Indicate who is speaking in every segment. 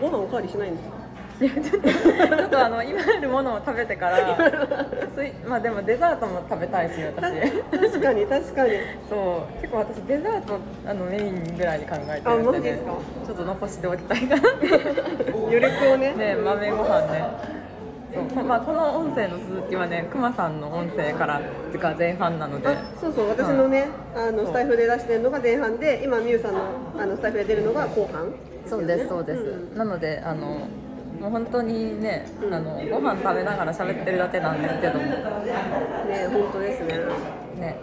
Speaker 1: ご飯おかわりしないんですか
Speaker 2: いやちょっとちょっとあの今あるものを食べてからスイまあでもデザートも食べたいし 私
Speaker 1: 確かに確かに
Speaker 2: そう結構私デザートあのメインぐらいに考えて
Speaker 1: あ
Speaker 2: る
Speaker 1: マ
Speaker 2: ん
Speaker 1: ジ
Speaker 2: で,、
Speaker 1: ですか
Speaker 2: ちょっと残しておきた いかな
Speaker 1: 余力をね
Speaker 2: ね豆ご飯ねそうこまあ、この音声の続きはねくまさんの音声からが前半なので
Speaker 1: あそうそう私のね、あの
Speaker 2: そう
Speaker 1: スタイフで出してるのが前半で今みゆさんのあのスタイフで出るのが後半
Speaker 2: そうですそうです、
Speaker 1: ん
Speaker 2: なのであのもう本当にね、
Speaker 1: うん
Speaker 2: あのご飯食べながら喋ってるだけなんですけども
Speaker 1: ね本当ですね
Speaker 2: ね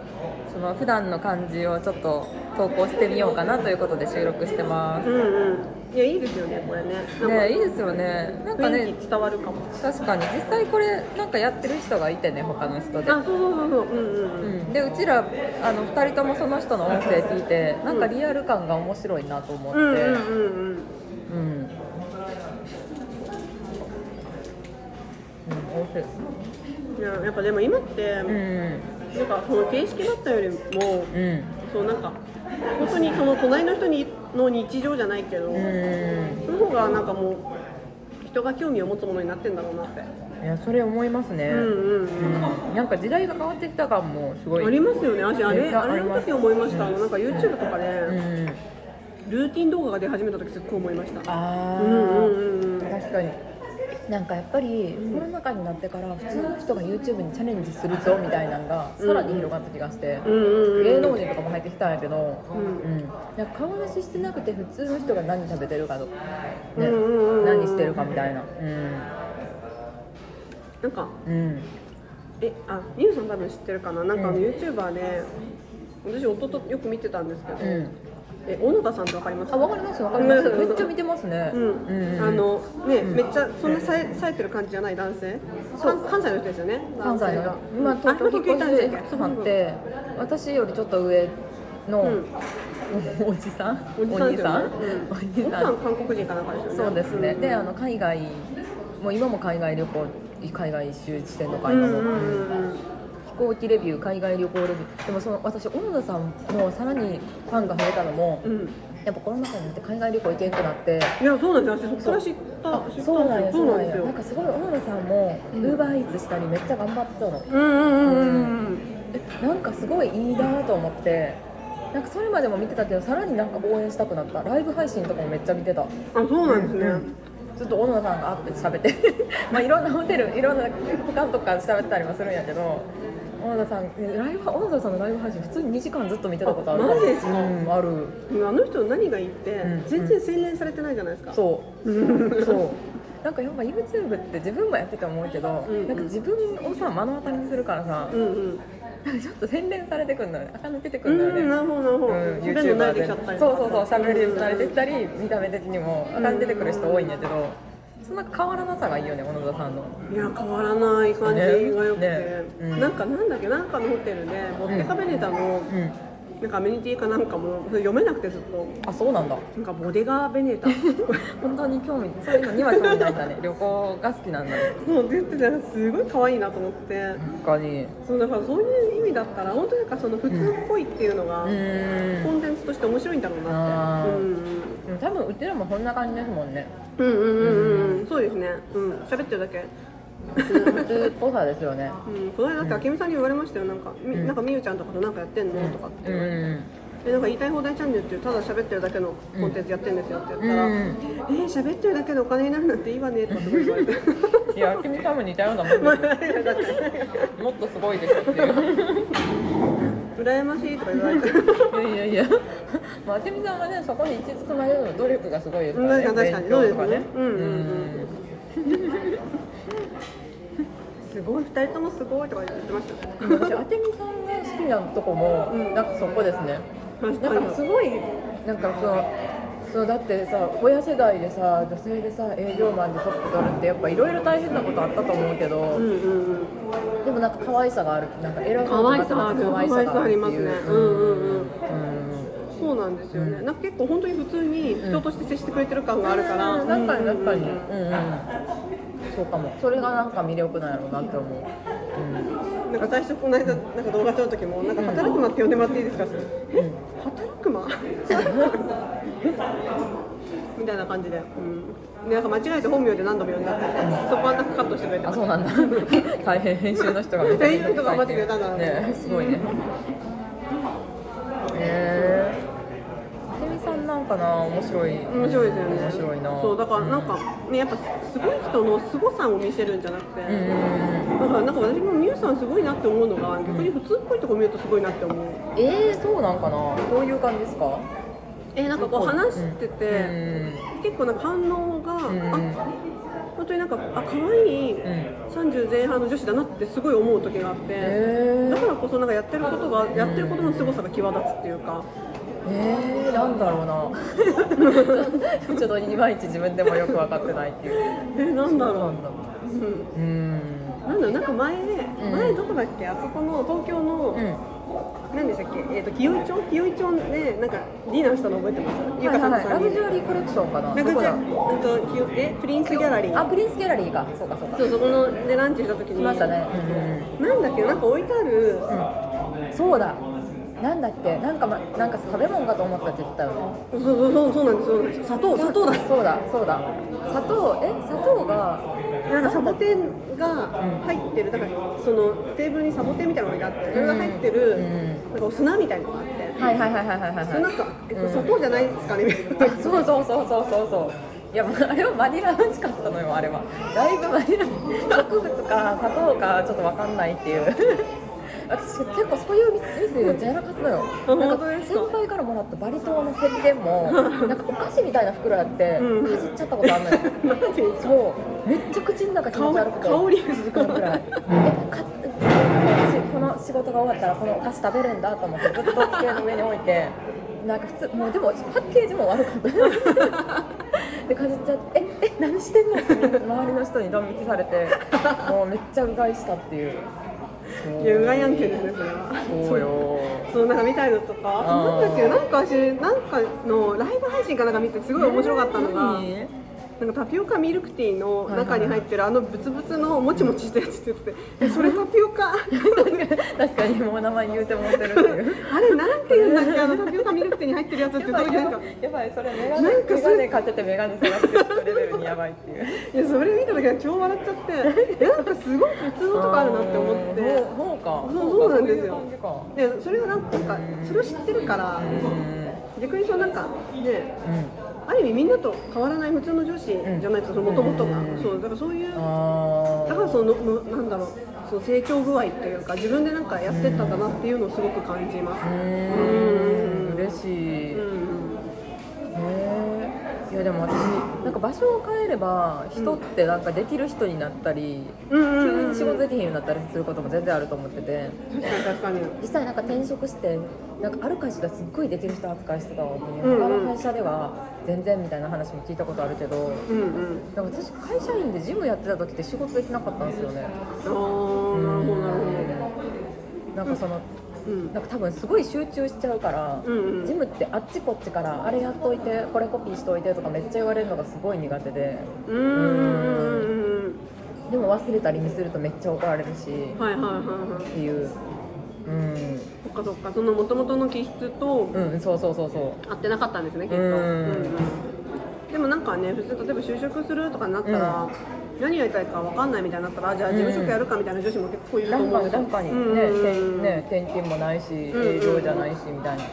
Speaker 2: その普段の感じをちょっと投稿してみようかなということで収録してま
Speaker 1: うんうんいやいいですよねこれね
Speaker 2: すねいいですよねなんか
Speaker 1: 雰囲
Speaker 2: ね
Speaker 1: 気伝わるかも
Speaker 2: 確かに実際これなんかやってる人がいてね他の人で
Speaker 1: あそうそうそうそううんうん、
Speaker 2: う
Speaker 1: うん、
Speaker 2: ん、でうちらあの2人ともその人の音声聞いてなんかリアル感が面白いなと思って、
Speaker 1: うんうんうんうん
Speaker 2: うん。うん、美味しい。
Speaker 1: いややっぱでも今って、
Speaker 2: うん、
Speaker 1: なんかその形式だったよりも
Speaker 2: うん、
Speaker 1: そうなんか本当にその隣の人にの日常じゃないけど、
Speaker 2: う
Speaker 1: その方がなんかもう人が興味を持つものになってんだろうなって、
Speaker 2: ん。いや、それ思いますね。
Speaker 1: うんうんうん
Speaker 2: うんなんか時代が変わってきた感もすごい。
Speaker 1: ありますよね私あ
Speaker 2: め
Speaker 1: れ
Speaker 2: っちゃ
Speaker 1: あれの時思いました、あのなんか YouTube とか
Speaker 2: う
Speaker 1: で、
Speaker 2: ん。
Speaker 1: ルーティン動画が出始めた時すっごい思いました
Speaker 2: ああ、
Speaker 1: うんうんうんうん
Speaker 2: 確かに。なんかやっぱりコロナ禍になってから普通の人が YouTube にチャレンジするぞみたいなのがさらに広がった気がして、
Speaker 1: うんうんうん
Speaker 2: 芸能人とかも入ってきたんやけど、
Speaker 1: うん
Speaker 2: うん、なんか顔出ししてなくて普通の人が何食べてるかとか、
Speaker 1: うんう
Speaker 2: ね
Speaker 1: んうんうん
Speaker 2: 何してるかみたいな、
Speaker 1: なんか
Speaker 2: うんうん、
Speaker 1: えあみゆさん多分知ってるかななんかあの
Speaker 2: うん
Speaker 1: YouTuber で私弟よく見てたんですけど、
Speaker 2: うん
Speaker 1: え小野田さんってわかります
Speaker 2: あわかりますわか ります
Speaker 1: うん
Speaker 2: めっちゃ見てますね、
Speaker 1: うん
Speaker 2: うん
Speaker 1: あのね、
Speaker 2: うん
Speaker 1: めっちゃそんなさえ冴えてる感じじゃない男性関関西の人ですよね
Speaker 2: 関西の
Speaker 1: 今
Speaker 2: 今東京引っ越してき
Speaker 1: そ
Speaker 2: たんで私よりちょっと上の、
Speaker 1: おじさんですよねうん奥
Speaker 2: おじさんお兄さ
Speaker 1: さん
Speaker 2: ん
Speaker 1: 韓国人かなんかですよね
Speaker 2: そうですね、
Speaker 1: ん
Speaker 2: であの海外もう今も海外旅行海外一周してんのか
Speaker 1: うん
Speaker 2: 今
Speaker 1: うん
Speaker 2: も、
Speaker 1: うんうん
Speaker 2: 飛行機レビュー海外旅行レビューでもその私小野田さんのさらにファンが増えたのも、
Speaker 1: うん
Speaker 2: やっぱコロナ禍になって海外旅行行けんくなって
Speaker 1: いやそうなんですよ私そこから知った知った
Speaker 2: そうなんや
Speaker 1: そ
Speaker 2: そうう
Speaker 1: な
Speaker 2: なん
Speaker 1: で
Speaker 2: んや
Speaker 1: す
Speaker 2: なん
Speaker 1: よ
Speaker 2: かすごい小野田さんもウーバーイーツしたりめっちゃ頑張ってたの
Speaker 1: うんうんうんうんうん
Speaker 2: えなんかすごいいいなと思ってなんかそれまでも見てたけどさらになんか応援したくなったライブ配信とかもめっちゃ見てた
Speaker 1: あそうなんですね、
Speaker 2: ちょっと小野田さんがアップ喋って まあいろんなホテルいろんな他とか喋ったりもするんやけど小野田さんえライブ小野田さんのライブ配信普通に2時間ずっと見てたことある
Speaker 1: あマジですか
Speaker 2: うんある
Speaker 1: あの人の何がいいって、
Speaker 2: うん
Speaker 1: 全然洗練されてないじゃないですか、
Speaker 2: そ う
Speaker 1: うん、
Speaker 2: うそうなんかやっぱ YouTube って自分もやってて思うけど、
Speaker 1: うんうん
Speaker 2: なんか自分をさ目の当たりにするからさ、
Speaker 1: うんうん
Speaker 2: なんかちょっと洗練されてくんだよね垢抜けてく
Speaker 1: うん
Speaker 2: だよね、
Speaker 1: んなるほどなるほど、
Speaker 2: うん、
Speaker 1: 喋るの慣れてきちゃ
Speaker 2: YouTuber
Speaker 1: った
Speaker 2: で
Speaker 1: り
Speaker 2: そうそうそうしゃべり慣れてき
Speaker 1: り
Speaker 2: たり見た目的にもあかん出てくる人多いんやけどそんな変わらなさがいいよね小野田さんの
Speaker 1: いや変わらない感じが良くて、
Speaker 2: ねうん
Speaker 1: なんかなんだっけなんかのホテルでボッテカベネタの、
Speaker 2: うん
Speaker 1: なんかアメニティかなんかもそれ読めなくてずっと
Speaker 2: あそうなんだ
Speaker 1: なんかボデガーベネ タ
Speaker 2: 本当に興味そういうのには興味ないんだ ね旅行が好きなんだね
Speaker 1: そう出てたらすごい可愛いなと思って
Speaker 2: 確かにう
Speaker 1: そうだからそういう意味だったら本当になんかその普通っぽいっていうのが、コ
Speaker 2: ーん
Speaker 1: ンテンツとして面白いんだろうなって
Speaker 2: あー
Speaker 1: うん
Speaker 2: でも多分うちらもこんな感じですもんね
Speaker 1: うんうんうんうんうんそうですねうん喋ってるだけ
Speaker 2: 普通っぽさですよね
Speaker 1: うん、この間だって明美さんに言われましたよなんか、み
Speaker 2: うん
Speaker 1: なんかみゆちゃんとかとなんかやってんの、とかって
Speaker 2: う
Speaker 1: 言われて、
Speaker 2: ん
Speaker 1: えなんか言いたい放題チャンネルっていうただ喋ってるだけのコンテンツやってんですよって言ったら、
Speaker 2: うん
Speaker 1: えー、喋ってるだけでお金になるなんていいわねとかすごい言われて
Speaker 2: いや君多分似たようなもん
Speaker 1: まあ
Speaker 2: で
Speaker 1: なんか
Speaker 2: すもっとすごいでしょっていう
Speaker 1: 羨ましいとか言われて
Speaker 2: いやいやい や、まあ、てみさんがね、そこに行き着くまでの努力がすごいですからね。
Speaker 1: 確かに確かに
Speaker 2: 勉強とか
Speaker 1: そうですねうんうんうんすごい2人ともすごいとか言ってましたよ
Speaker 2: うん私、あてみさんが好きなとこも、
Speaker 1: うん
Speaker 2: なんかそこですね。
Speaker 1: 確か
Speaker 2: な
Speaker 1: に
Speaker 2: んかすごい、なんかその、そうだってさ、親世代でさ、女性でさ、営業マンでトップ取るって、やっぱいろいろ大変なことあったと思うけど、
Speaker 1: うんうんうん
Speaker 2: でもなんか可愛さがある、なんか偉
Speaker 1: 可愛さある
Speaker 2: 可愛さがあるっていう
Speaker 1: 可愛さありますねう
Speaker 2: うん
Speaker 1: う
Speaker 2: んうんん
Speaker 1: うん
Speaker 2: うん
Speaker 1: そうなんですよね、
Speaker 2: うん
Speaker 1: なんか結構本当に普通に人として接してくれてる感があるから、
Speaker 2: うん確かに確かに、
Speaker 1: う
Speaker 2: うん
Speaker 1: うんうん
Speaker 2: うんそうかもそれがなんか魅力なんやろうなって思う、
Speaker 1: なんか最初この間なんか動画撮る時もなんか働く間って呼んでもらっていいですかって
Speaker 2: うんうん
Speaker 1: 働く間みたいな感じで、うん、でなんか間違えて本名で何度も呼んだってそこはなんかカットしてくれて
Speaker 2: あ
Speaker 1: まし
Speaker 2: そうなんだ 大変編集の人がめちゃめちゃ
Speaker 1: 編集の人頑張ってくれたんだ
Speaker 2: ねすごいねえー、ひとみさんなんかな面白い
Speaker 1: た面白いですよね
Speaker 2: 面白いな
Speaker 1: そうだからなんかねやっぱすごい人のすごさを見せるんじゃなくて、
Speaker 2: うんうんうん
Speaker 1: だからなんか私もミュウさんすごいなって思うのが逆に普通っぽいとこ見るとすごいなって思う、
Speaker 2: えー、そうなんかなどういう感じですか
Speaker 1: えなんかこう話してて、
Speaker 2: うん
Speaker 1: 結構なんか反応が、
Speaker 2: うんうん
Speaker 1: あ本当になんかあ可愛い
Speaker 2: うん
Speaker 1: 30前半の女子だなってすごい思う時があって、
Speaker 2: え
Speaker 1: だ
Speaker 2: ー
Speaker 1: からこそなんかやってることがやってることの凄さが際立つっていうか、
Speaker 2: えー、なんだろうなちょっといまいち自分でもよく分かってないっていう
Speaker 1: えなんだ
Speaker 2: な
Speaker 1: ろ
Speaker 2: んだろ
Speaker 1: う、うん、
Speaker 2: ううん
Speaker 1: なんだろうなんか前ね、
Speaker 2: うん
Speaker 1: 前どこだっけあそこの東京の、
Speaker 2: うん
Speaker 1: 何でしたっけえっ、と紀尾井町紀尾井町でなんかディナーしたの覚えてます？ゆかさんと
Speaker 2: ラ
Speaker 1: 三人
Speaker 2: グジ
Speaker 1: で。
Speaker 2: ュアリーコレクションかな
Speaker 1: ラグ
Speaker 2: ど
Speaker 1: ジ
Speaker 2: こ
Speaker 1: ュ
Speaker 2: だ
Speaker 1: アリーえっと紀尾えプリンスギャラリ
Speaker 2: あ
Speaker 1: ー。
Speaker 2: プリンスギャラリーかそうかそうか
Speaker 1: そうそこのでランチした時に
Speaker 2: 来ましたね、うん
Speaker 1: なんだっけなんか置いてある
Speaker 2: うんうん、そうだなんだっけなんか、ま、なんか食べ物かと思ったって言ったよね
Speaker 1: そうそうそうそうなんですそうなんです砂糖砂糖だ
Speaker 2: そうだそうだ砂糖え砂糖が
Speaker 1: なんかサボテンが入ってるだからそのテーブルにサボテンみたいなのがあってそれが入ってる
Speaker 2: うん
Speaker 1: なんかお砂みたいなのがあって
Speaker 2: はいはいはいはいはいはい
Speaker 1: それなんかえ
Speaker 2: うん
Speaker 1: 砂糖じゃないですかねみたいな
Speaker 2: あそうそうそうそうそうそういやもうあれはバニラ美味しかったのよあれはだいぶバニラ植物か砂糖かちょっと分かんないっていう私結構そういうミスめっちゃやらかったのよなん
Speaker 1: 本当です
Speaker 2: 先
Speaker 1: か
Speaker 2: 輩からもらったバリ島の石鹸もなんかお菓子みたいな袋やってか
Speaker 1: うん
Speaker 2: じっちゃったことあんのよ
Speaker 1: マジ
Speaker 2: そうめっちゃ口の中気持ち悪くて
Speaker 1: 香り
Speaker 2: 1時間ぐらいえか私この仕事が終わったらこのお菓子食べるんだと思ってずっと机の上に置いてなんか普通もうでもパッケージも悪かったでかじっちゃって「ええ何してんの?」って周りの人にドン引きされてもうめっちゃうがいしたっていうそう
Speaker 1: いやうがい案件ですねそれは
Speaker 2: そうよ
Speaker 1: そうなんか見たいのとかあ
Speaker 2: あー
Speaker 1: となんだっけなんか私なんかのライブ配信かなんか見てすごい面白かったのが、
Speaker 2: え
Speaker 1: なんかタピオカミルクティーの中に入ってるあのブツブツのもちもちしたやつって言っててえそれタピオカ
Speaker 2: 何確かにもう名前言うてもってるっていう
Speaker 1: あれなんて言うんだっけあのタピオカミルクティーに入ってるやつって
Speaker 2: や
Speaker 1: どう
Speaker 2: ば
Speaker 1: いう
Speaker 2: い
Speaker 1: なん
Speaker 2: や
Speaker 1: か
Speaker 2: ばいやばいそれメガ
Speaker 1: な
Speaker 2: ネ
Speaker 1: んか
Speaker 2: メ
Speaker 1: そ
Speaker 2: ガ
Speaker 1: れ
Speaker 2: ネ買っててメガネ探してるレベルにやばいってい
Speaker 1: い
Speaker 2: う
Speaker 1: やそれ見た時は超笑っちゃ ってえなんかすごい普通のとこあるなって思って
Speaker 2: うんそうそうか
Speaker 1: そうそうなんですよ
Speaker 2: そういう感じか
Speaker 1: でそれはなんかなんかそれを知ってるから逆にそのなんかねある意味みんなと変わらない普通の女子じゃないともともとが
Speaker 2: うん
Speaker 1: そうだからそういう
Speaker 2: あ
Speaker 1: だからそのむなんだろうその成長具合っていうか自分でなんかやってったんだなっていうのをすごく感じます、
Speaker 2: うん嬉しい、
Speaker 1: う
Speaker 2: へ
Speaker 1: ん、
Speaker 2: えいやでも私なんか場所を変えれば人ってなんかできる人になったり、
Speaker 1: うんうんうん
Speaker 2: 急に仕事できへんようになったりすることも全然あると思ってて
Speaker 1: 確かに確かに
Speaker 2: 実際なんか転職してなんかある会社ではすっごいできる人扱いしてたわけに、
Speaker 1: うんうん
Speaker 2: 他の会社では全然みたいな話も聞いたことあるけど
Speaker 1: うんうん
Speaker 2: なんか私会社員でジムやってた時って仕事できなかったんですよね
Speaker 1: ああなるほどなるほ
Speaker 2: なんかその
Speaker 1: どうん
Speaker 2: なんか多分すごい集中しちゃうから、
Speaker 1: うんうん
Speaker 2: ジムってあっちこっちからあれやっといてこれコピーしといてとかめっちゃ言われるのがすごい苦手で
Speaker 1: うんうんうん
Speaker 2: でも忘れたりミスるとめっちゃ怒られるし
Speaker 1: うんはいはいはいはい
Speaker 2: っていううん、
Speaker 1: そっかそっかその元々の気質と
Speaker 2: うん、そうそうそうそう
Speaker 1: 合ってなかったんですねきっと、
Speaker 2: うん
Speaker 1: でもなんかね普通例えば就職するとかになったら、何やりたいか分かんないみたいになったらあじゃあ事務職やるかみたいな女子も結構いると
Speaker 2: なん
Speaker 1: 思う
Speaker 2: か
Speaker 1: んですよ
Speaker 2: なんかに
Speaker 1: うん
Speaker 2: ね,、
Speaker 1: うん
Speaker 2: 転
Speaker 1: うん
Speaker 2: ね転勤もないし
Speaker 1: んうん
Speaker 2: 営業じゃないしみたいな、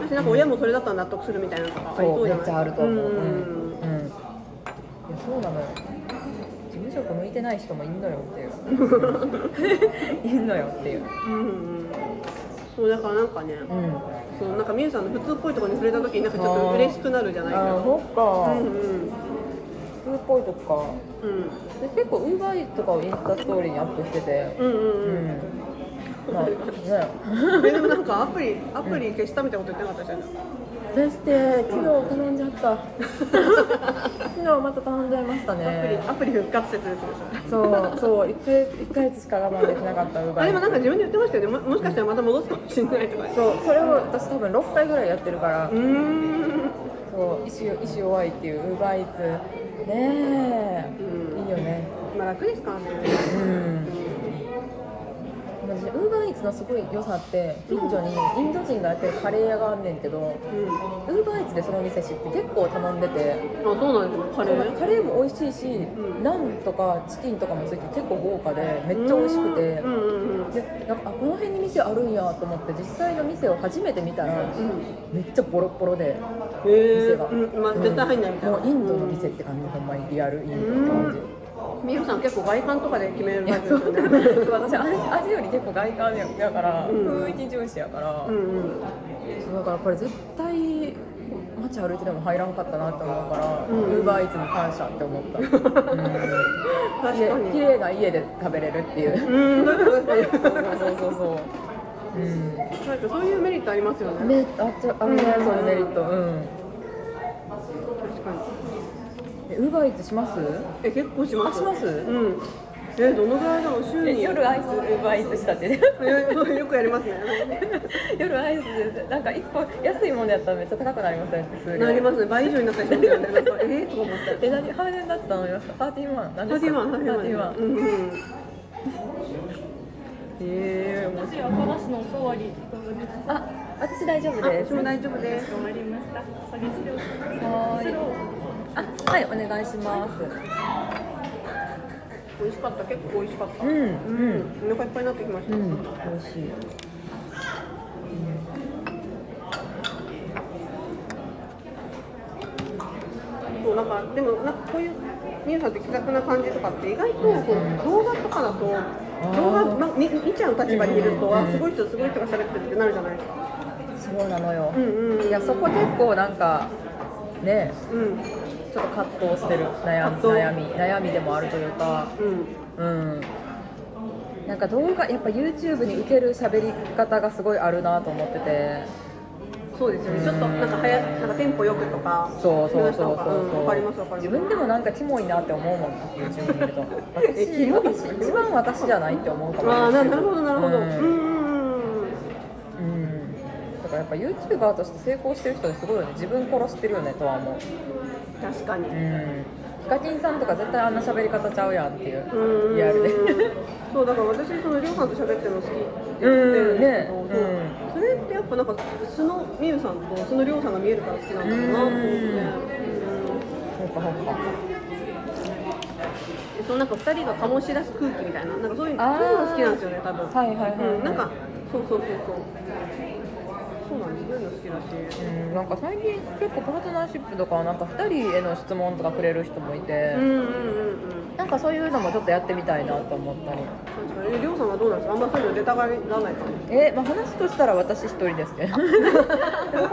Speaker 1: 私なんか親もそれだったら納得するみたいなのとかあり
Speaker 2: そう
Speaker 1: じ
Speaker 2: め
Speaker 1: ゃ
Speaker 2: っ
Speaker 1: ない
Speaker 2: ちゃあると思う、う
Speaker 1: ん
Speaker 2: んうんいやそうなのよ事務職向いてない人もいんのよっていう いんのよっていう
Speaker 1: うんうんそうだからなんかね、
Speaker 2: うん
Speaker 1: そうなんかみゆさんの普通っぽいところに触れた時になんかちょっと嬉しくなるじゃないか
Speaker 2: ああ
Speaker 1: な
Speaker 2: そっ
Speaker 1: う
Speaker 2: か、
Speaker 1: んうん
Speaker 2: 普通っぽいとか
Speaker 1: うん
Speaker 2: で結構ウーバーイーツとかをインスタストーリーにアップしてて
Speaker 1: うんうん
Speaker 2: う、
Speaker 1: うんん
Speaker 2: まあね
Speaker 1: えでもなんかアプリアプリ消したみたいなこと言ってなかったじゃん
Speaker 2: そして昨日頼んじゃった 昨日また頼んじゃいました
Speaker 1: アプリ
Speaker 2: ね
Speaker 1: アプリ復活説ですねそれ
Speaker 2: そうそう1ヶ月一ヶ月しか我慢できなかったウーバ
Speaker 1: あ
Speaker 2: ーイ
Speaker 1: でも
Speaker 2: ー
Speaker 1: なんか自分で言ってましたよねももしかしたらまた戻すかもしれないとかう
Speaker 2: そうそれを私多分6回ぐらいやってるから、
Speaker 1: ーん
Speaker 2: そう意思意思弱いっていうウーバーイーツねえ、
Speaker 1: うん
Speaker 2: いいよね
Speaker 1: まあ楽ですからね
Speaker 2: うん
Speaker 1: うん
Speaker 2: ねウーバーイーツのすごい良さって近所にインド人がやってるカレー屋があんねんけどウ
Speaker 1: うん
Speaker 2: ーバーイーツでその店知って結構頼んでて
Speaker 1: あそうなんですねカレー
Speaker 2: カレーも美味しいし、
Speaker 1: ん
Speaker 2: ナンとかチキンとかもついて結構豪華でめっちゃ美味しくて、
Speaker 1: うんうんうんうん
Speaker 2: でなんかあこの辺に店あるんやと思って実際の店を初めて見たら、めっちゃボロッボロで
Speaker 1: へえ
Speaker 2: 店が、
Speaker 1: うんまあ、絶対入んないみたいな、
Speaker 2: もうインドの店って感じ、ほんまにリアルインドって感じ、
Speaker 1: みゆさん結構外観とかで決める
Speaker 2: いや
Speaker 1: 感じ
Speaker 2: そ
Speaker 1: ですよ
Speaker 2: う
Speaker 1: ね
Speaker 2: 私味味より結構外観ややから、
Speaker 1: うん
Speaker 2: 雰囲気重視やから、
Speaker 1: うんうん
Speaker 2: そうだからこれ絶対街歩いてでも入らんかったなって思うから、
Speaker 1: うん
Speaker 2: ウーバーイーツに感謝って思った、うん
Speaker 1: 確
Speaker 2: で
Speaker 1: かに
Speaker 2: 綺麗な家で食べれるっていう
Speaker 1: うん確かに確
Speaker 2: そう
Speaker 1: かに
Speaker 2: そうそう、うん、
Speaker 1: なんかそういうメリットありますよね
Speaker 2: めあっちゃあるね
Speaker 1: うん
Speaker 2: そういうメリットうん
Speaker 1: 確かに
Speaker 2: ウーバーイーツします
Speaker 1: え結構します
Speaker 2: あします
Speaker 1: うんえどのぐらいだろう週に
Speaker 2: アイスウーバーイーツしたってね
Speaker 1: え よくやりますね
Speaker 2: 夜アイスでなんか一個安いものやったらめっちゃ高くなりません普通に
Speaker 1: なりますね倍以上になったりしますよねなんかえー、とか思って
Speaker 2: え何ハーレンダッツ頼みましたサーティワン何
Speaker 1: サー
Speaker 2: です
Speaker 1: ティ
Speaker 2: か
Speaker 1: ワンサーティワン
Speaker 2: 31
Speaker 1: うんうんえー、面
Speaker 3: 私はこの人のおかわりいただきます
Speaker 2: あ私大丈夫
Speaker 1: 白い
Speaker 2: で
Speaker 1: あ
Speaker 2: す
Speaker 1: 私も大丈夫です
Speaker 3: 終わりました。お下げしておきます。
Speaker 2: はーい
Speaker 3: それを
Speaker 2: あはいお願いします
Speaker 1: 美味しかった結構美味しかった
Speaker 2: うん
Speaker 1: う
Speaker 2: うん
Speaker 1: ん、お腹いっぱいになってきまし
Speaker 2: う
Speaker 1: た、
Speaker 2: ん美味しい
Speaker 1: そうなんかでもなんかこういうミュさんって気さくな感じとかって意外とこう動画とかだと動画、ま、見見ちゃう立場にいるとあすごい人すごい人が喋ってるってなるじゃないですか
Speaker 2: そうなのよ
Speaker 1: うんうんうん
Speaker 2: いやそこ結構なんかね
Speaker 1: うん
Speaker 2: ちょっと葛藤してる悩み
Speaker 1: 葛藤
Speaker 2: 悩み悩みでもあるというか
Speaker 1: うん
Speaker 2: うんなんか動画やっぱ YouTube に受ける喋り方がすごいあるなと思ってて
Speaker 1: そうですよねちょっとなんか早なんかテンポよくとか
Speaker 2: そうそうそう
Speaker 1: いの人と
Speaker 2: そう
Speaker 1: かん
Speaker 2: そう、
Speaker 1: わかりますわかり
Speaker 2: 自
Speaker 1: ます
Speaker 2: 分でもなんかキモいなって思うもん YouTube 見ると
Speaker 1: えキモい
Speaker 2: 私私一番私じゃないって思うかも
Speaker 1: ああななるほどなるほど
Speaker 2: う
Speaker 1: うんんうんうん
Speaker 2: うんだからやっぱ YouTuber として成功してる人ですごいよね自分殺してるよねとは思う
Speaker 1: 確かに
Speaker 2: うんヒカキンさんとか絶対あんな喋り方ちゃうやんっていう
Speaker 1: うん
Speaker 2: リアルで
Speaker 1: そうだから私そのりょうさんと喋ってるの好きって言ってるんですけど、
Speaker 2: うんね
Speaker 1: そう
Speaker 2: うん
Speaker 1: それってやっぱなんか素のみゆさんと素のりょうさんが見えるから好きなんだろうなと思って、うん
Speaker 2: そうかそうか
Speaker 1: でそのなんか2人が醸し出す空気みたいななんかそういうの
Speaker 2: あー
Speaker 1: そういうのが好きなんですよね多分
Speaker 2: はいはいはいはい
Speaker 1: うん、なんかそうそうそうそうそうなんですそういうの好きだし
Speaker 2: うんなんか最近結構パートナーシップとかはなんか2人への質問とかくれる人もいて、
Speaker 1: うんうんうんうん
Speaker 2: なんかそういうのもちょっとやってみたいなと思ったり
Speaker 1: 確かにえりょうさんはどうなんですかあんまそういうの出たがらないかも
Speaker 2: えまあ、話としたら私一人ですけ どそこ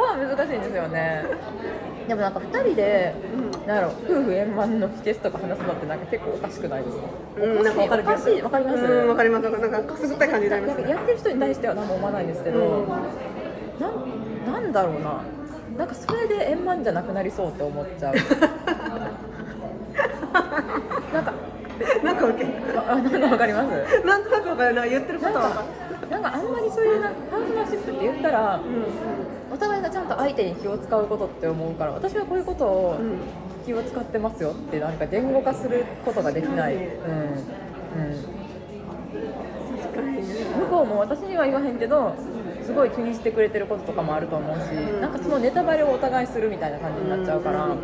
Speaker 2: は難しいんですよねでもなんか2人で、なんやろ夫婦円満の秘訣とか話すのってなんか結構おかしくないですか
Speaker 1: うんなんかわかる気がする
Speaker 2: おかしいわかります
Speaker 1: うんわかりますなんかくすぐったい感じになります
Speaker 2: なんかやってる人に対しては何も思わないんですけど、
Speaker 1: うん
Speaker 2: なんなんだろうななんかそれで円満じゃなくなりそうって思っちゃう なんか
Speaker 1: なんかわけ
Speaker 2: ああなんかわかります
Speaker 1: なんとなくわかるな言ってるこ
Speaker 2: なん
Speaker 1: とはわか
Speaker 2: か
Speaker 1: る
Speaker 2: なんかあんまりそういうなパートナーシップって言ったら、
Speaker 1: う
Speaker 2: お互いがちゃんと相手に気を使うことって思うから私はこういうことを気を使ってますよってなんか言語化することができない、うんうん、向こうも私には言わへんけどすごい気にしてくれてることとかもあると思うし、
Speaker 1: ん
Speaker 2: なんかそのネタバレをお互いするみたいな感じになっちゃうから、
Speaker 1: んうん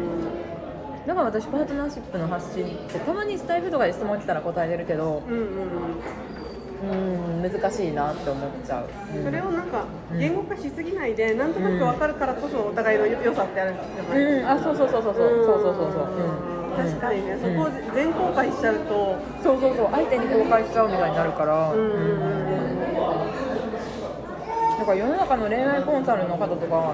Speaker 2: だから私パートナーシップの発信ってたまにスタイフとかで質問来たら答えれるけど
Speaker 1: うんうん
Speaker 2: うん難しいなって思っちゃう、うん
Speaker 1: それをなんか
Speaker 2: うん
Speaker 1: 言語化しすぎないでなんとなくわかるからこそお互いの良さってあるんじゃない
Speaker 2: うん、あそうそうそうそうそうそうそうそうそう、うん、
Speaker 1: 確かにねそ
Speaker 2: うん
Speaker 1: こを全公開しちゃうと
Speaker 2: そうそうそう相手に公開しちゃうみたいになるから、
Speaker 1: うんうんうん
Speaker 2: だから世の中の恋愛コンサルの方とか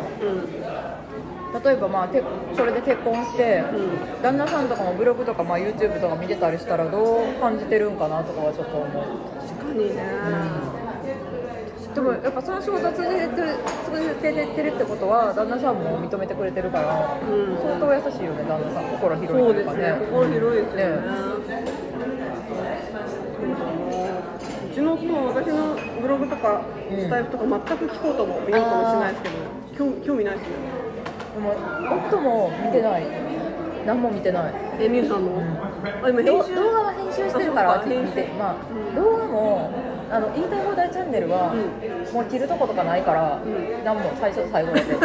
Speaker 2: 例えばまあてそれで結婚して、
Speaker 1: う
Speaker 2: 旦那さんとかもブログとか、まあ、YouTube とか見てたりしたらどう感じてるんかなとかはちょっと思う
Speaker 1: 確かにね
Speaker 2: でもやっぱその仕事を続けてる続けてってるってことは旦那さんも認めてくれてるから、
Speaker 1: うん
Speaker 2: 相当優しいよね旦那さん心広い
Speaker 1: そう
Speaker 2: とい
Speaker 1: で
Speaker 2: うか
Speaker 1: す
Speaker 2: ね
Speaker 1: ね心広いですよね
Speaker 2: ね
Speaker 1: うちの夫も私のブログとか
Speaker 2: うん
Speaker 1: スタイルとか全く聞こうとも見ようともしないですけど興興味ないですね
Speaker 2: でも夫も見てない何も見てない
Speaker 1: えみゆさんのあでも
Speaker 2: ど
Speaker 1: 編集
Speaker 2: 動画は編集してるから
Speaker 1: あそうか
Speaker 2: 見て
Speaker 1: 編集
Speaker 2: ま
Speaker 1: う
Speaker 2: あ
Speaker 1: ん
Speaker 2: 動画もあのインターモーダルチャンネルは、もう切るとことかないから、
Speaker 1: ん
Speaker 2: 何も最初と最後だ け
Speaker 1: テ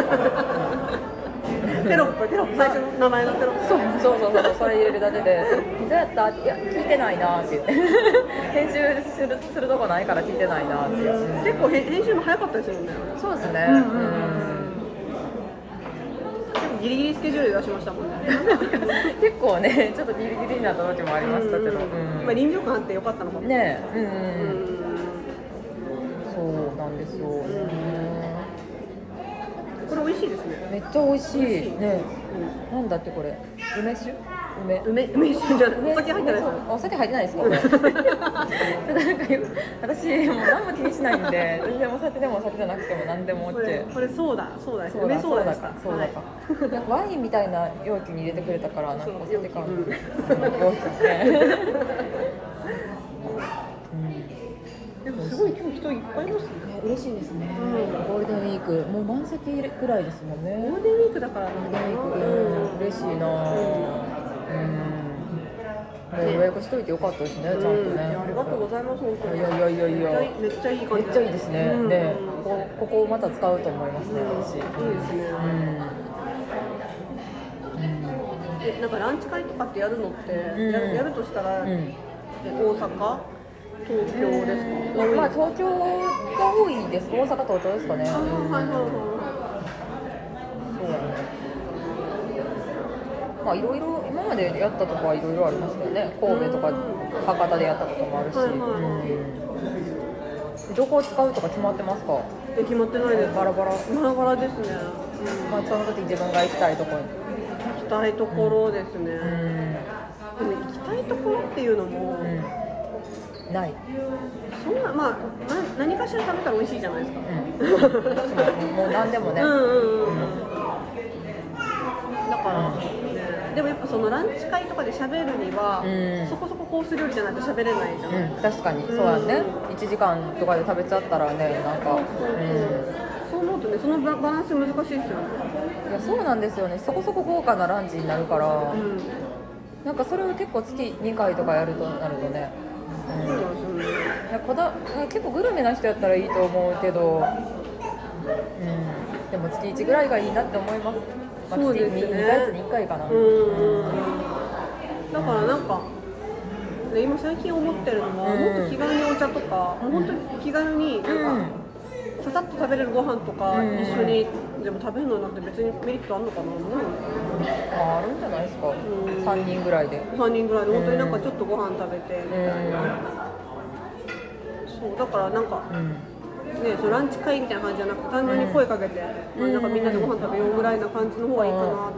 Speaker 1: ロップテロップ最初の名前のテロップ
Speaker 2: そうそうそうそうそれ入れるだけで「どうやった?」いや聞いてないな」って言って「 編集するするとこないから聞いてないな」って言って
Speaker 1: 結構編編集も早かったりするんだよね
Speaker 2: そうですね
Speaker 1: んうんうん結構ギリギリスケジュールで出しましたもんね
Speaker 2: うん結構ねち ょっとギリギリになった時もありました
Speaker 1: う
Speaker 2: けど、
Speaker 1: ん
Speaker 2: うん
Speaker 1: まあ臨場感あってよかったのかも
Speaker 2: ねえうん
Speaker 1: う
Speaker 2: うんうん
Speaker 1: ん
Speaker 2: そうなんですよ、ね
Speaker 1: これ美味しいですね
Speaker 2: めっちゃ美味しいね
Speaker 1: うん
Speaker 2: なんだってこれ梅酒梅
Speaker 1: 梅梅酒じゃない
Speaker 2: 梅
Speaker 1: お酒入ってないです
Speaker 2: お酒入ってないですかこれなんかよ私もう何も気にしないんで 全然お酒でもお酒じゃなくても何でも
Speaker 1: こ
Speaker 2: っ
Speaker 1: れ
Speaker 2: て
Speaker 1: これソーダソーダです
Speaker 2: そうだ
Speaker 1: 梅ソ
Speaker 2: そ
Speaker 1: ー
Speaker 2: う
Speaker 1: ダ
Speaker 2: だ
Speaker 1: でした
Speaker 2: かそうだかなんかワインみたいな容器に入れてくれたからなんかお酒感
Speaker 1: そう容器
Speaker 2: 容器って
Speaker 1: でもすごい今日人いっぱいいますね
Speaker 2: ね嬉しいですね、
Speaker 1: うん
Speaker 2: ゴールデンウィークもう満席くらいですもんね
Speaker 1: ゴー
Speaker 2: ゴ
Speaker 1: ルデンウィークだからな
Speaker 2: ー
Speaker 1: ん
Speaker 2: ルデ
Speaker 1: だ
Speaker 2: ン
Speaker 1: なうん
Speaker 2: ウィークで嬉しいなうん、もう予約しといてよかったですね、ちゃんと
Speaker 1: うんい
Speaker 2: ね
Speaker 1: やありがとうございます本当に
Speaker 2: いやいやいやいや
Speaker 1: めっちゃいい
Speaker 2: め
Speaker 1: 感じ
Speaker 2: っちゃいいですね、
Speaker 1: うん
Speaker 2: ねここここをまた使うと思いますね、
Speaker 1: うん
Speaker 2: 私
Speaker 1: いいですねえなんかランチ会とかってやるのってやるやるとしたら
Speaker 2: うん、うん
Speaker 1: え大阪東京ですか
Speaker 2: まあ東京が多いです大阪東京ですかね
Speaker 1: あーはいはいはい
Speaker 2: そうやねまあいろいろ今までやったとこはいろいろありますけどね神戸とか博多でやったこともあるし、
Speaker 1: はいはい
Speaker 2: うんどこを使うとか決まってますか
Speaker 1: え決まってないです
Speaker 2: バラバラ
Speaker 1: バラバラですね、
Speaker 2: まあその時自分が行きたいとこに
Speaker 1: 行きたいところですね、
Speaker 2: うん、
Speaker 1: でも行きたいところっていうのも、
Speaker 2: うん、ない、
Speaker 1: そんなまあな何かしら食べたら美味しいじゃないですか、
Speaker 2: うん、もう何でもね、
Speaker 1: うんうんうんだから、ね、でもやっぱそのランチ会とかで喋るには、
Speaker 2: うん
Speaker 1: そこそこコース料理じゃないと喋れないじゃない、
Speaker 2: うん、確かにそうやね、1時間とかで食べちゃったらねなんか、うん
Speaker 1: そう思うとねそのババランス難しいですよね、
Speaker 2: いやそうなんですよねそこそこ豪華なランチになるから、
Speaker 1: うん
Speaker 2: なんかそれを結構月2回とかやるとなるとね、うん
Speaker 1: そうなんですよね
Speaker 2: いやこだなんか結構グルメな人やったらいいと思うけど、うん、でも月1ぐらいがいいなって思います、まあ、
Speaker 1: そう
Speaker 2: 月
Speaker 1: ですね
Speaker 2: 2, ヶ月に1回かな、
Speaker 1: うんだからなんか、ね、今最近思ってるのは、
Speaker 2: うん
Speaker 1: もっと気軽にお茶とか、もう本当に気軽になんか、ささっと食べれるご飯とか、
Speaker 2: うん
Speaker 1: 一緒にでも食べるのなんて別にメリットあるのかな、
Speaker 2: ああるんじゃないですか、
Speaker 1: ん
Speaker 2: 3人ぐらいで、
Speaker 1: 3人ぐらいで本当になんかちょっとご飯食べてみ
Speaker 2: う
Speaker 1: たいな、
Speaker 2: ん
Speaker 1: そうだからなんか
Speaker 2: うん、
Speaker 1: ねそのランチ会みたいな感じじゃなくて単純に声かけて、
Speaker 2: うん
Speaker 1: なんかみんなでご飯食べようぐらいな感じの方がいいかなとか、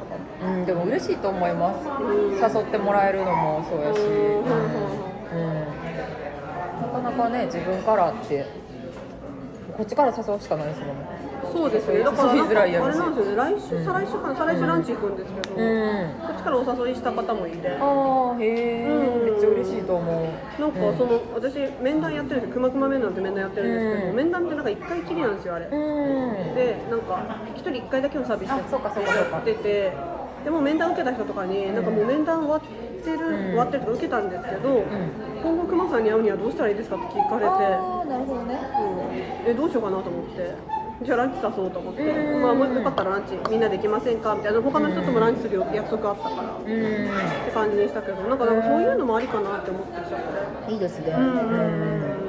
Speaker 2: うん、でも嬉しいと思います、
Speaker 1: うん
Speaker 2: 誘ってもらえるのもそうやし、
Speaker 1: うん
Speaker 2: うんなかなかね自分からってこっちから誘うしかないですもんね
Speaker 1: そうですねだからなんかあ
Speaker 2: 誘いづらい
Speaker 1: れ
Speaker 2: やろし
Speaker 1: なんですよね来週再来週かな再来週ランチ行くんですけど、
Speaker 2: うん
Speaker 1: こっちからお誘いした方もいて、なんか
Speaker 2: ああへえ、
Speaker 1: うん
Speaker 2: めっちゃ嬉しいと思う
Speaker 1: その私面談やってるんですよ、くまくま面談って面談やってるんですけど、
Speaker 2: うん
Speaker 1: 面談ってなんか一回きりなんですよあれ。
Speaker 2: うん
Speaker 1: でなんか一人一回だけのサービス
Speaker 2: あそうかそうかそうか
Speaker 1: やってて。でも面談受けた人とかに、なんかもう面談終わってる、
Speaker 2: ん
Speaker 1: 終わってるとか受けたんですけど、今後熊さんに会うにはどうしたらいいですかって聞かれて、
Speaker 2: ああなるほどね
Speaker 1: うん、えどうしようかなと思ってじゃあランチ誘おうと思って、
Speaker 2: うん
Speaker 1: まあ、もうよかったらランチみんなで行きませんかみたいな他の人ともランチする約束あったからっ
Speaker 2: う
Speaker 1: て感じにしたけどなんかなんかそういうのもありかなって思ってきちゃって
Speaker 2: んいいですねう
Speaker 1: うん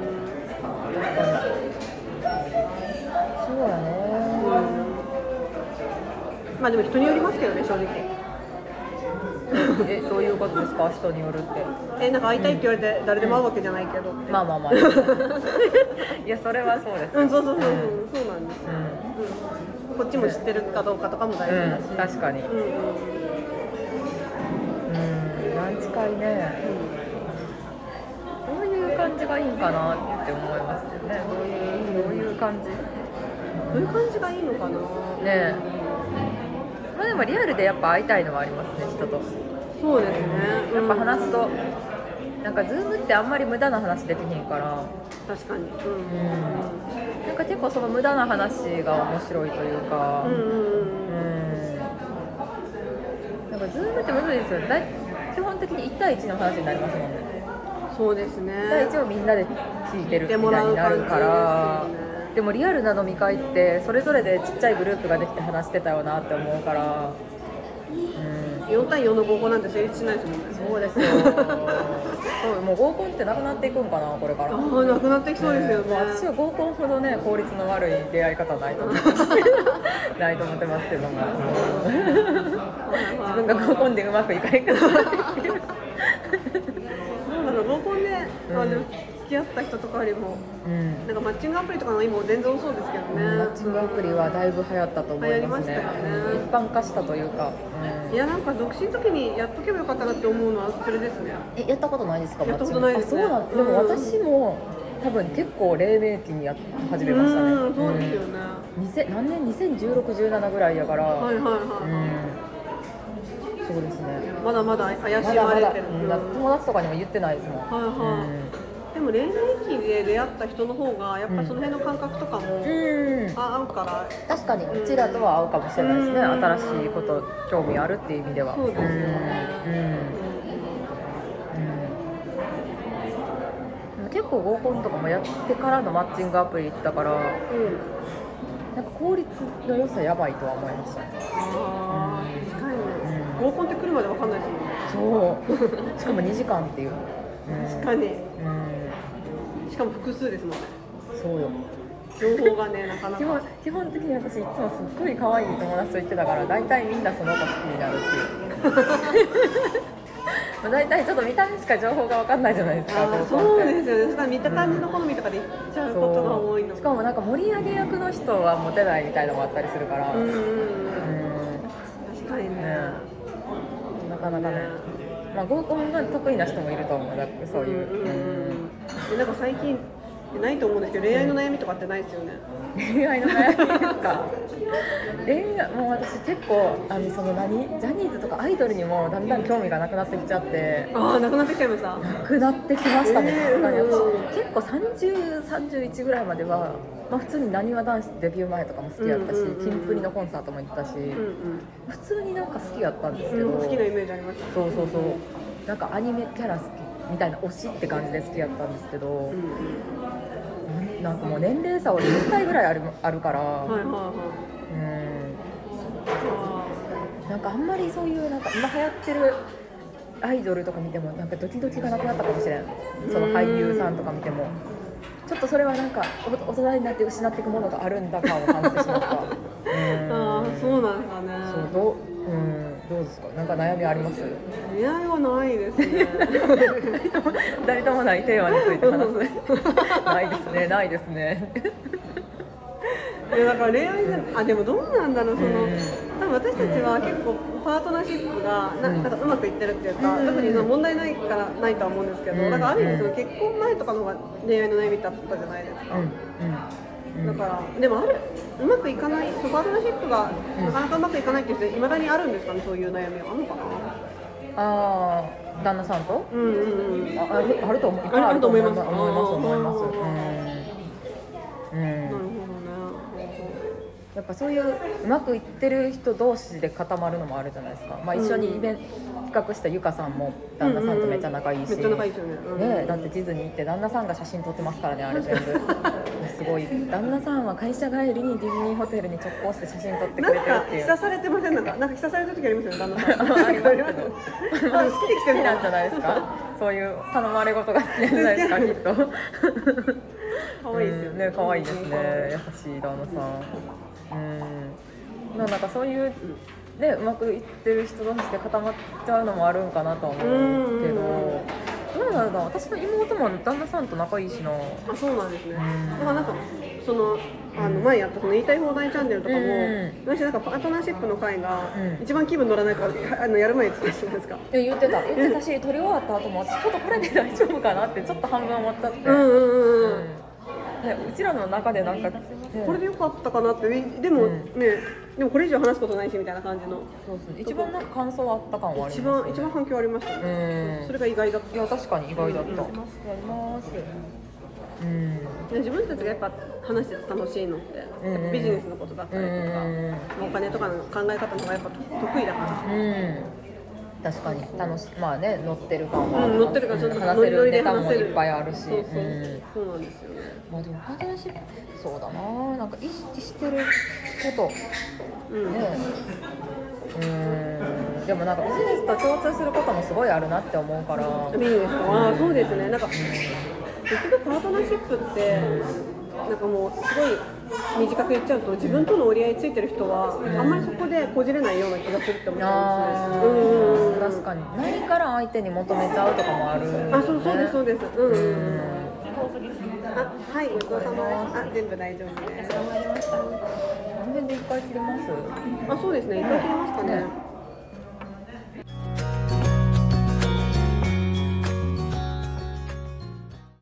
Speaker 2: 確かにそうやね
Speaker 1: まあでも人によりますけどね正直
Speaker 2: えどういうことですか人によるって
Speaker 1: えなんか会いたいって言われて誰でも会うわけじゃないけどって
Speaker 2: まあまあまあ いやそれはそうで す
Speaker 1: うんそうそうそうそうそうなんです、
Speaker 2: う
Speaker 1: うん、こっちも知ってるかどうかとかも大事だし、
Speaker 2: ん、確かに
Speaker 1: うんうん
Speaker 2: うんランチ会ねどういう感じがいいんかなって思いますよねどういうどういう感じ
Speaker 1: どういう感じがいいのかな
Speaker 2: ねまあでもリアルでやっぱ会いたいのはありますね人と
Speaker 1: そうですね
Speaker 2: やっぱ話すとなんかズームってあんまり無駄な話できひんから
Speaker 1: 確かに
Speaker 2: なんか結構その無駄な話が面白いというか
Speaker 1: うんうんうんうん
Speaker 2: うんなんかズームってむずいですよねだい基本的に1対1の話になりますもんね
Speaker 1: そうです
Speaker 2: 1
Speaker 1: ね。
Speaker 2: 対1をみんなで聞いてる
Speaker 1: で
Speaker 2: み
Speaker 1: も
Speaker 2: た
Speaker 1: ら
Speaker 2: いうにな
Speaker 1: 感じ
Speaker 2: る
Speaker 1: です
Speaker 2: か
Speaker 1: よ
Speaker 2: ら
Speaker 1: ね
Speaker 2: でもリアルな飲み会ってそれぞれでちっちゃいグループができて話してたよなって思うからうん
Speaker 1: 4対4の合コンなんて成立しないですもんね
Speaker 2: そうですよ そうもう合コンってなくなっていくんかなこれから
Speaker 1: ああなくなってきそうですよね
Speaker 2: もう私は合コンほどね効率の悪い出会い方はないと思っ てないと思ってますけども自分が合コンでうまくいかないからっていう
Speaker 1: どうだろう合コンで、
Speaker 2: うん
Speaker 1: あの付き合った人とかよりも
Speaker 2: うん
Speaker 1: なんかマッチングアプリとかの今全然多そうですけどね
Speaker 2: マッチングアプリはだいぶ流行ったと思いま
Speaker 1: 流行りまし
Speaker 2: すね
Speaker 1: たよね
Speaker 2: 一般化したというか、うん
Speaker 1: いやなんか独身の時にやっとけばよかったなって思うのはそれですね
Speaker 2: えやったことないですか
Speaker 1: やったことないですね
Speaker 2: マッ
Speaker 1: うん
Speaker 2: チングあそうなんですでも私も多分結構黎明期にやっ始めましたね
Speaker 1: うんそうですよ
Speaker 2: ん
Speaker 1: ね、
Speaker 2: 2000何年201617ぐらいやから、
Speaker 1: はいはいはい、
Speaker 2: うんそうですね
Speaker 1: まだまだ怪
Speaker 2: ま
Speaker 1: し
Speaker 2: だ
Speaker 1: ま
Speaker 2: ま
Speaker 1: れ
Speaker 2: だ、
Speaker 1: てる、
Speaker 2: うんだって友達とかにも言ってないですもん、
Speaker 1: はいはでも恋愛期で出会った人の方がやっぱりその辺の感覚とかも、
Speaker 2: うんうん
Speaker 1: あ合うから
Speaker 2: 確かにうちらとは合うかもしれないです
Speaker 1: う
Speaker 2: ね、
Speaker 1: ん
Speaker 2: 新しいこと興味あるっていう意味では
Speaker 1: そうですよね
Speaker 2: うんうんうん結構合コンとかもやってからのマッチングアプリ行ったから
Speaker 1: うん、うん
Speaker 2: なんか効率の良さやばいとは思いましたね
Speaker 1: あー近いね
Speaker 2: うん
Speaker 1: 合コンって来るまでわかんないですもんね
Speaker 2: そうしかも2時間っていう、うん、
Speaker 1: 確かに
Speaker 2: うん
Speaker 1: しかも複数ですもんね
Speaker 2: そうよ
Speaker 1: 情報がねなかな
Speaker 2: 基
Speaker 1: か
Speaker 2: 本基本的に私いつもすっごい可愛い友達と行ってたから大体みんなその子好きになるっていう まあ大体ちょっと見た目しか情報が分かんないじゃないですか
Speaker 1: あ
Speaker 2: 合コン
Speaker 1: ー
Speaker 2: って
Speaker 1: そうですよね普段見た感じの好みとかで言っちゃうことが多いの
Speaker 2: しかもなんか盛り上げ役の人はモテないみたいなのもあったりするから、
Speaker 1: うんうん
Speaker 2: う
Speaker 1: うん
Speaker 2: ん
Speaker 1: 確かにね
Speaker 2: ねなかなかね、まあ、合コンが得意な人もいると思うだってそういう、
Speaker 1: んん
Speaker 2: う
Speaker 1: うん
Speaker 2: ん
Speaker 1: でなんか最近ないと思うんですけど恋愛の悩みとかってないですよね、
Speaker 2: 恋愛の悩みですか恋愛もう私結構あのその何ジャニーズとかアイドルにもだんだん興味がなくなってきちゃって
Speaker 1: ああなくなってきちゃいました
Speaker 2: なくなってきましたね、
Speaker 1: えー
Speaker 2: さすがに
Speaker 1: うん
Speaker 2: 私結構3031ぐらいまでは、まあ、普通になにわ男子デビュー前とかも好きやったし、
Speaker 1: うんうんうんうん
Speaker 2: キンプリのコンサートも行ったし、
Speaker 1: うんうん
Speaker 2: 普通になんか好きやったんですけど、
Speaker 1: うん、好きなイメージありました。
Speaker 2: そうそうそうなんかアニメキャラ好きみたいな推しって感じで好きやったんですけ
Speaker 1: う
Speaker 2: ど
Speaker 1: ん、
Speaker 2: なんかもう年齢差は10歳ぐらいあるあるから、
Speaker 1: はいはいは
Speaker 2: うん
Speaker 1: い。
Speaker 2: なんかあんまりそういうなんか今流行ってるアイドルとか見てもなんかドキドキがなくなったかもしれんその俳優さんとか見てもちょっとそれはなんかお大人になって失っていくものがあるんだ感を感じてしまった うん
Speaker 1: ああ、そうなんですかね。
Speaker 2: そうどううんどうですかなんか悩みあります
Speaker 1: 恋愛はないですね。
Speaker 2: 誰ともないテーマについて話す ないですねないですね
Speaker 1: いやだから恋愛じゃ、あ、でもどうなんだろう、その
Speaker 2: うん。
Speaker 1: 多分私たちは結構パートナーシップがな
Speaker 2: うん
Speaker 1: なんかうまくいってるっていうか、
Speaker 2: うん
Speaker 1: 特にその問題ないからないとは思うんですけど、
Speaker 2: うん
Speaker 1: だからある意味その結婚前とかの方が恋愛の悩みってあったじゃないですか。
Speaker 2: うんうん
Speaker 1: だからでもあるうまくいかないそのパートナーシップがなかなかうまくいかないっていう人いまだにあるんですかねそういう悩みはあるのかな
Speaker 2: ああ旦那さんと
Speaker 1: うんうんうん
Speaker 2: ああるあると思う
Speaker 1: あるあると思います
Speaker 2: ある思います思います
Speaker 1: あー
Speaker 2: 思いますうん、
Speaker 1: なるほ
Speaker 2: うん、
Speaker 1: どね。
Speaker 2: やっぱそういううまくいってる人同士で固まるのもあるじゃないですか、まあ、一緒にイベント企画したゆかさんも旦那さんとめっちゃ仲いいし、
Speaker 1: めっちゃ仲いいですよね。うん
Speaker 2: ねだってディズニー行って旦那さんが写真撮ってますからねあ れ全部すごい旦那さんは会社帰りにディズニーホテルに直行して写真撮ってく
Speaker 1: なん
Speaker 2: れてる
Speaker 1: か
Speaker 2: ってい
Speaker 1: 刺
Speaker 2: う
Speaker 1: されてませんなんかなんか刺された時ありますよね旦那さん。
Speaker 2: ありますけど
Speaker 1: あ好きで来て
Speaker 2: 好
Speaker 1: る
Speaker 2: き
Speaker 1: の
Speaker 2: なんじゃないですかそういう頼まれ事が好きなんじゃないですかきっ
Speaker 1: 可愛いです
Speaker 2: と
Speaker 1: よ
Speaker 2: うんね可愛いですね。優しい旦那さん。うん。なんかそういうねうまくいってる人同士で固まっちゃうのもあるんかなとは思うけど
Speaker 1: うんうんうん、
Speaker 2: どうなんだろうな。私の妹も旦那さんと仲いいしな。
Speaker 1: あそうなんですね。だからなんかその。あの前やったその言いたい放題チャンネルとかも、
Speaker 2: うん
Speaker 1: 私なんかパートナーシップの会が
Speaker 2: うん
Speaker 1: 一番気分乗らないからはあのやる前に言ってたじゃないですか。
Speaker 2: え言ってた言ってたし撮り終わった後も私ちょっとこれで大丈夫かなってちょっと半分思っちゃって。
Speaker 1: うんうんうんうん。
Speaker 2: ねうちらの中でなんか、ね
Speaker 1: これでよかったかなってでも、
Speaker 2: うん
Speaker 1: ねでもこれ以上話すことないしみたいな感じの
Speaker 2: そうそう一番なんか感想あった感はあ
Speaker 1: 一
Speaker 2: りますよ
Speaker 1: 番
Speaker 2: ね
Speaker 1: 一番反響ありましたね。
Speaker 2: うん
Speaker 1: それが意外だった。
Speaker 2: いや確かに意外だった。
Speaker 1: うんや
Speaker 2: やります。うん。
Speaker 1: いや自分たちがやっぱ話してて楽しいのって、
Speaker 2: うん
Speaker 1: やっぱビジネスのことだったりとか、
Speaker 2: うん
Speaker 1: お金とかの考え方の方がやっぱ得意だから、
Speaker 2: うん。確かに楽しまあね乗ってる感は、
Speaker 1: うん乗ってるからちょっと
Speaker 2: 話せ
Speaker 1: ノ
Speaker 2: る
Speaker 1: リノリ
Speaker 2: ネ
Speaker 1: で
Speaker 2: タ
Speaker 1: 話
Speaker 2: も
Speaker 1: せる
Speaker 2: いっぱいあるし
Speaker 1: そうそう、
Speaker 2: ん
Speaker 1: そうなんですよね
Speaker 2: まあでもパートナーシップそうだななんか意識してること
Speaker 1: うん、
Speaker 2: ねうーんでもなんかビジネスと共通することもすごいあるなって思うから
Speaker 1: ビジネスとはそうですねなんか結局パートナーシップってなんかもうすごい短く言っちゃうと自分との折り合いついてる人はあんまりそこでこじれないような気がするって思います
Speaker 2: あ
Speaker 1: ね
Speaker 2: ー
Speaker 1: うんうんうん
Speaker 2: 確かにないから相手に求めちゃうとかもある
Speaker 1: あそうそうですそう
Speaker 2: で
Speaker 1: ですうんうんうん
Speaker 3: お急ぎします。
Speaker 1: あはいごちそうさまですあ全部大丈夫です
Speaker 2: この辺で一回切ります
Speaker 1: あそうですねいただきますかね
Speaker 2: ね